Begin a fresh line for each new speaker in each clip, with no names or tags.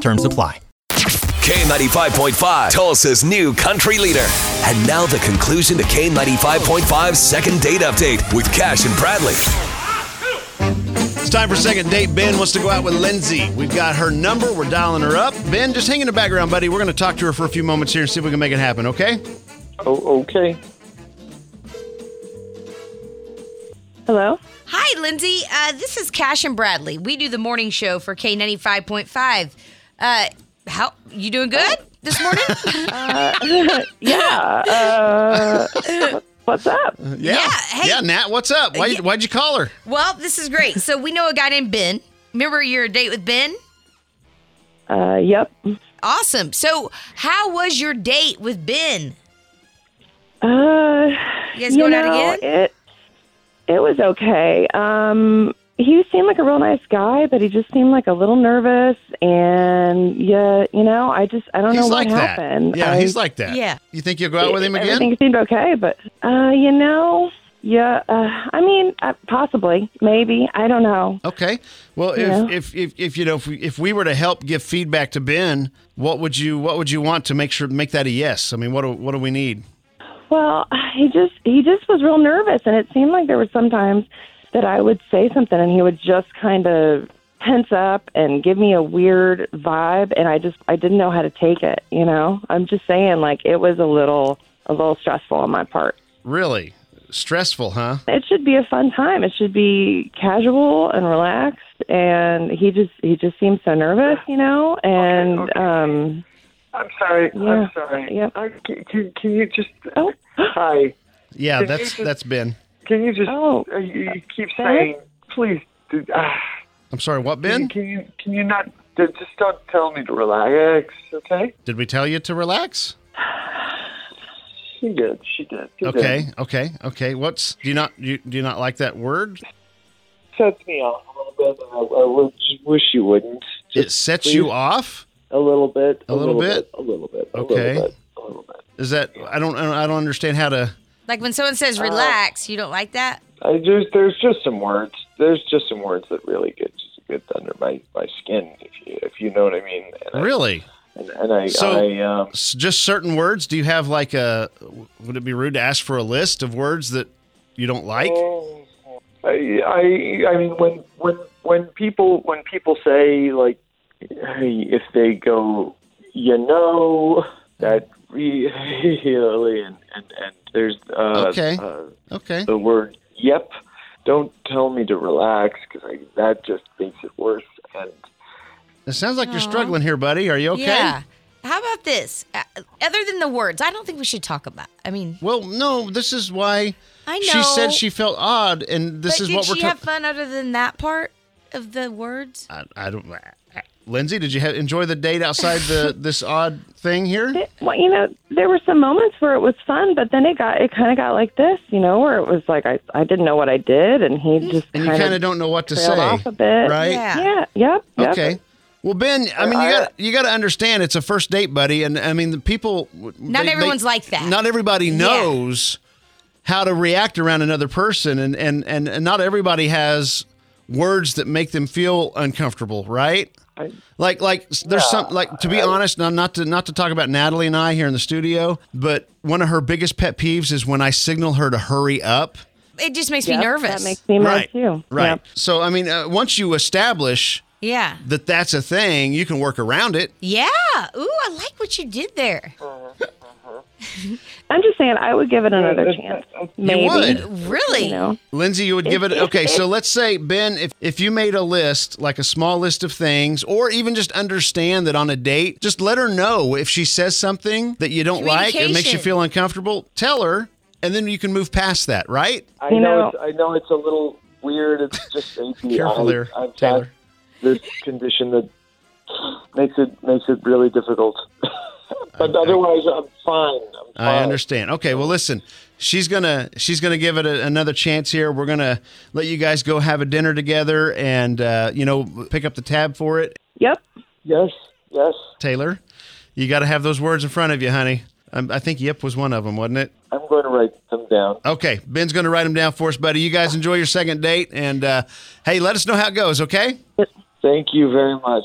Terms apply.
K95.5, Tulsa's new country leader. And now the conclusion to K95.5's second date update with Cash and Bradley.
It's time for second date. Ben wants to go out with Lindsay. We've got her number. We're dialing her up. Ben, just hang in the background, buddy. We're going to talk to her for a few moments here and see if we can make it happen. Okay?
Oh, okay.
Hello?
Hi, Lindsay. Uh, this is Cash and Bradley. We do the morning show for K ninety five point five. Uh, how you doing? Good this morning.
Yeah. Uh, what- what's up?
Yeah.
Yeah, hey.
yeah Nat, what's up? Why, Why'd you call her?
well, this is great. So we know a guy named Ben. Remember your date with Ben?
Uh, yep.
Awesome. So how was your date with Ben?
Uh,
You guys going out
know,
again?
It, it was okay. Um, he seemed like a real nice guy, but he just seemed like a little nervous. And, yeah, you know, I just, I don't
He's
know
like
what
that.
happened.
Yeah,
I,
he's like that.
Yeah.
You think you'll go out with him again?
Everything seemed okay, but, uh, you know, yeah, uh, I mean, uh, possibly, maybe. I don't know.
Okay. Well, if,
Yeah.
if, if, if you know if we, if we were to help give feedback to Ben, what would you what would you want to make sure make that a yes? I mean, what do, what do we need?
Well, he just he just was real nervous, and it seemed like there were some times that I would say something, and he would just kind of tense up and give me a weird vibe, and I just I didn't know how to take it. You know, I'm just saying, like it was a little a little stressful on my part.
Really stressful, huh?
It should be a fun time. It should be casual and relaxed, and he just he just seemed so nervous, you know, and
Okay, okay.
um
I'm sorry.
Yeah.
I'm sorry.
Yep.
I, can- can, can you just?
oh
Hi.
Yeah,
Did
that's
you-
that's Ben.
Can you just?
Oh.
uh, you, you keep
Ben?
saying, please. do- ah,
I'm sorry, what
can,
Ben?
you- can you can you not? d- Just don't tell me to relax, okay?
Did we tell you to relax?
She did. She did. She did.
Okay, okay, okay. What's do you not you, do you not like that word?
Sets me off a little bit. I, I would, wish you wouldn't.
It
Just
sets
please,
you off.
a little bit.
A little bit?
A little bit. a
Okay.
little bit, A little bit.
Is that I don't I don't understand how to.
Like when someone says relax, you don't like that?
I just there's just some words. There's just some words that really get just get under my my skin. If you if you know what I mean. And I-
Really?
And, and I,
So-
I um,
S- Just certain words? Do you have like a? Would it be rude to ask for a list of words that you don't like?
Uh,
I, uh, I, I mean, when when when people when people say like, hey, if they go, you know, that really, and and and there's uh,
Okay.
uh,
Okay.
the word yep. Don't tell me to relax because that just makes it worse. And
It sounds like you're struggling here, buddy. Are you okay?
Yeah. How about this? Uh, other than the words, I don't think we should talk about. I mean,
Well, no. This is why
I know.
she said she felt odd, and this
but
is
did
what we're.
she
co-
have fun other than that part of the words?
I, I don't. Lindsay, did you ha- enjoy the date outside the this odd thing here?
Well, you know, there were some moments where it was fun, but then it got it kind of got like this, you know, where it was like I I didn't know what I did, and he just
Mm-hmm. and you
kind
kind of
of
don't know what to say,
trailed off a bit.
right?
Yeah.
Yeah. Yep. yep.
Okay. Well, Ben, I mean, you
I-
got you got to understand it's a first date, buddy, and I mean the people.
Not everyone's like that.
Not everybody
Yeah.
knows how to react around another person, and and and, and not everybody has words that make them feel uncomfortable, right?
I,
Like like s- there's some like to be honest, not not to not to talk about Natalie and I here in the studio, but one of her biggest pet peeves is when I signal her to hurry up.
It just makes
Yep,
me nervous.
That makes me mad
right.
too.
Right.
Yep.
So I mean, uh, once you establish
yeah.
that that's a thing, you can work around it.
Yeah. Ooh, I like what you did there.
I'm just saying, I would give it another
that's-
chance.
that's-
Maybe.
would.
Really?
You know.
Lindsay, you would give it okay. So let's say Ben, if if you made a list, like a small list of things, or even just understand that on a date, just let her know if she says something that you don't like, it makes you
Communication.
feel uncomfortable. Tell her, and then you can move past that, right?
I
You
know,
know-
it's, I know it's a little weird. It's just AP.
Careful
I,
there,
I've
Taylor.
got this condition that makes it makes it really difficult. but otherwise, I'm fine. I'm fine.
I understand. Okay, well listen, she's gonna she's gonna give it a, another chance here. We're gonna let you guys go have a dinner together and uh, you know pick up the tab for it.
Yep.
Yes, yes.
Taylor, you got to have those words in front of you, honey. Um, I think yep was one of them, wasn't it?
I'm going to write them down.
Okay, Ben's gonna write them down for us, buddy. You guys enjoy your second date, and uh, hey, let us know how it goes. Okay.
Thank you very much.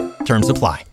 Terms apply.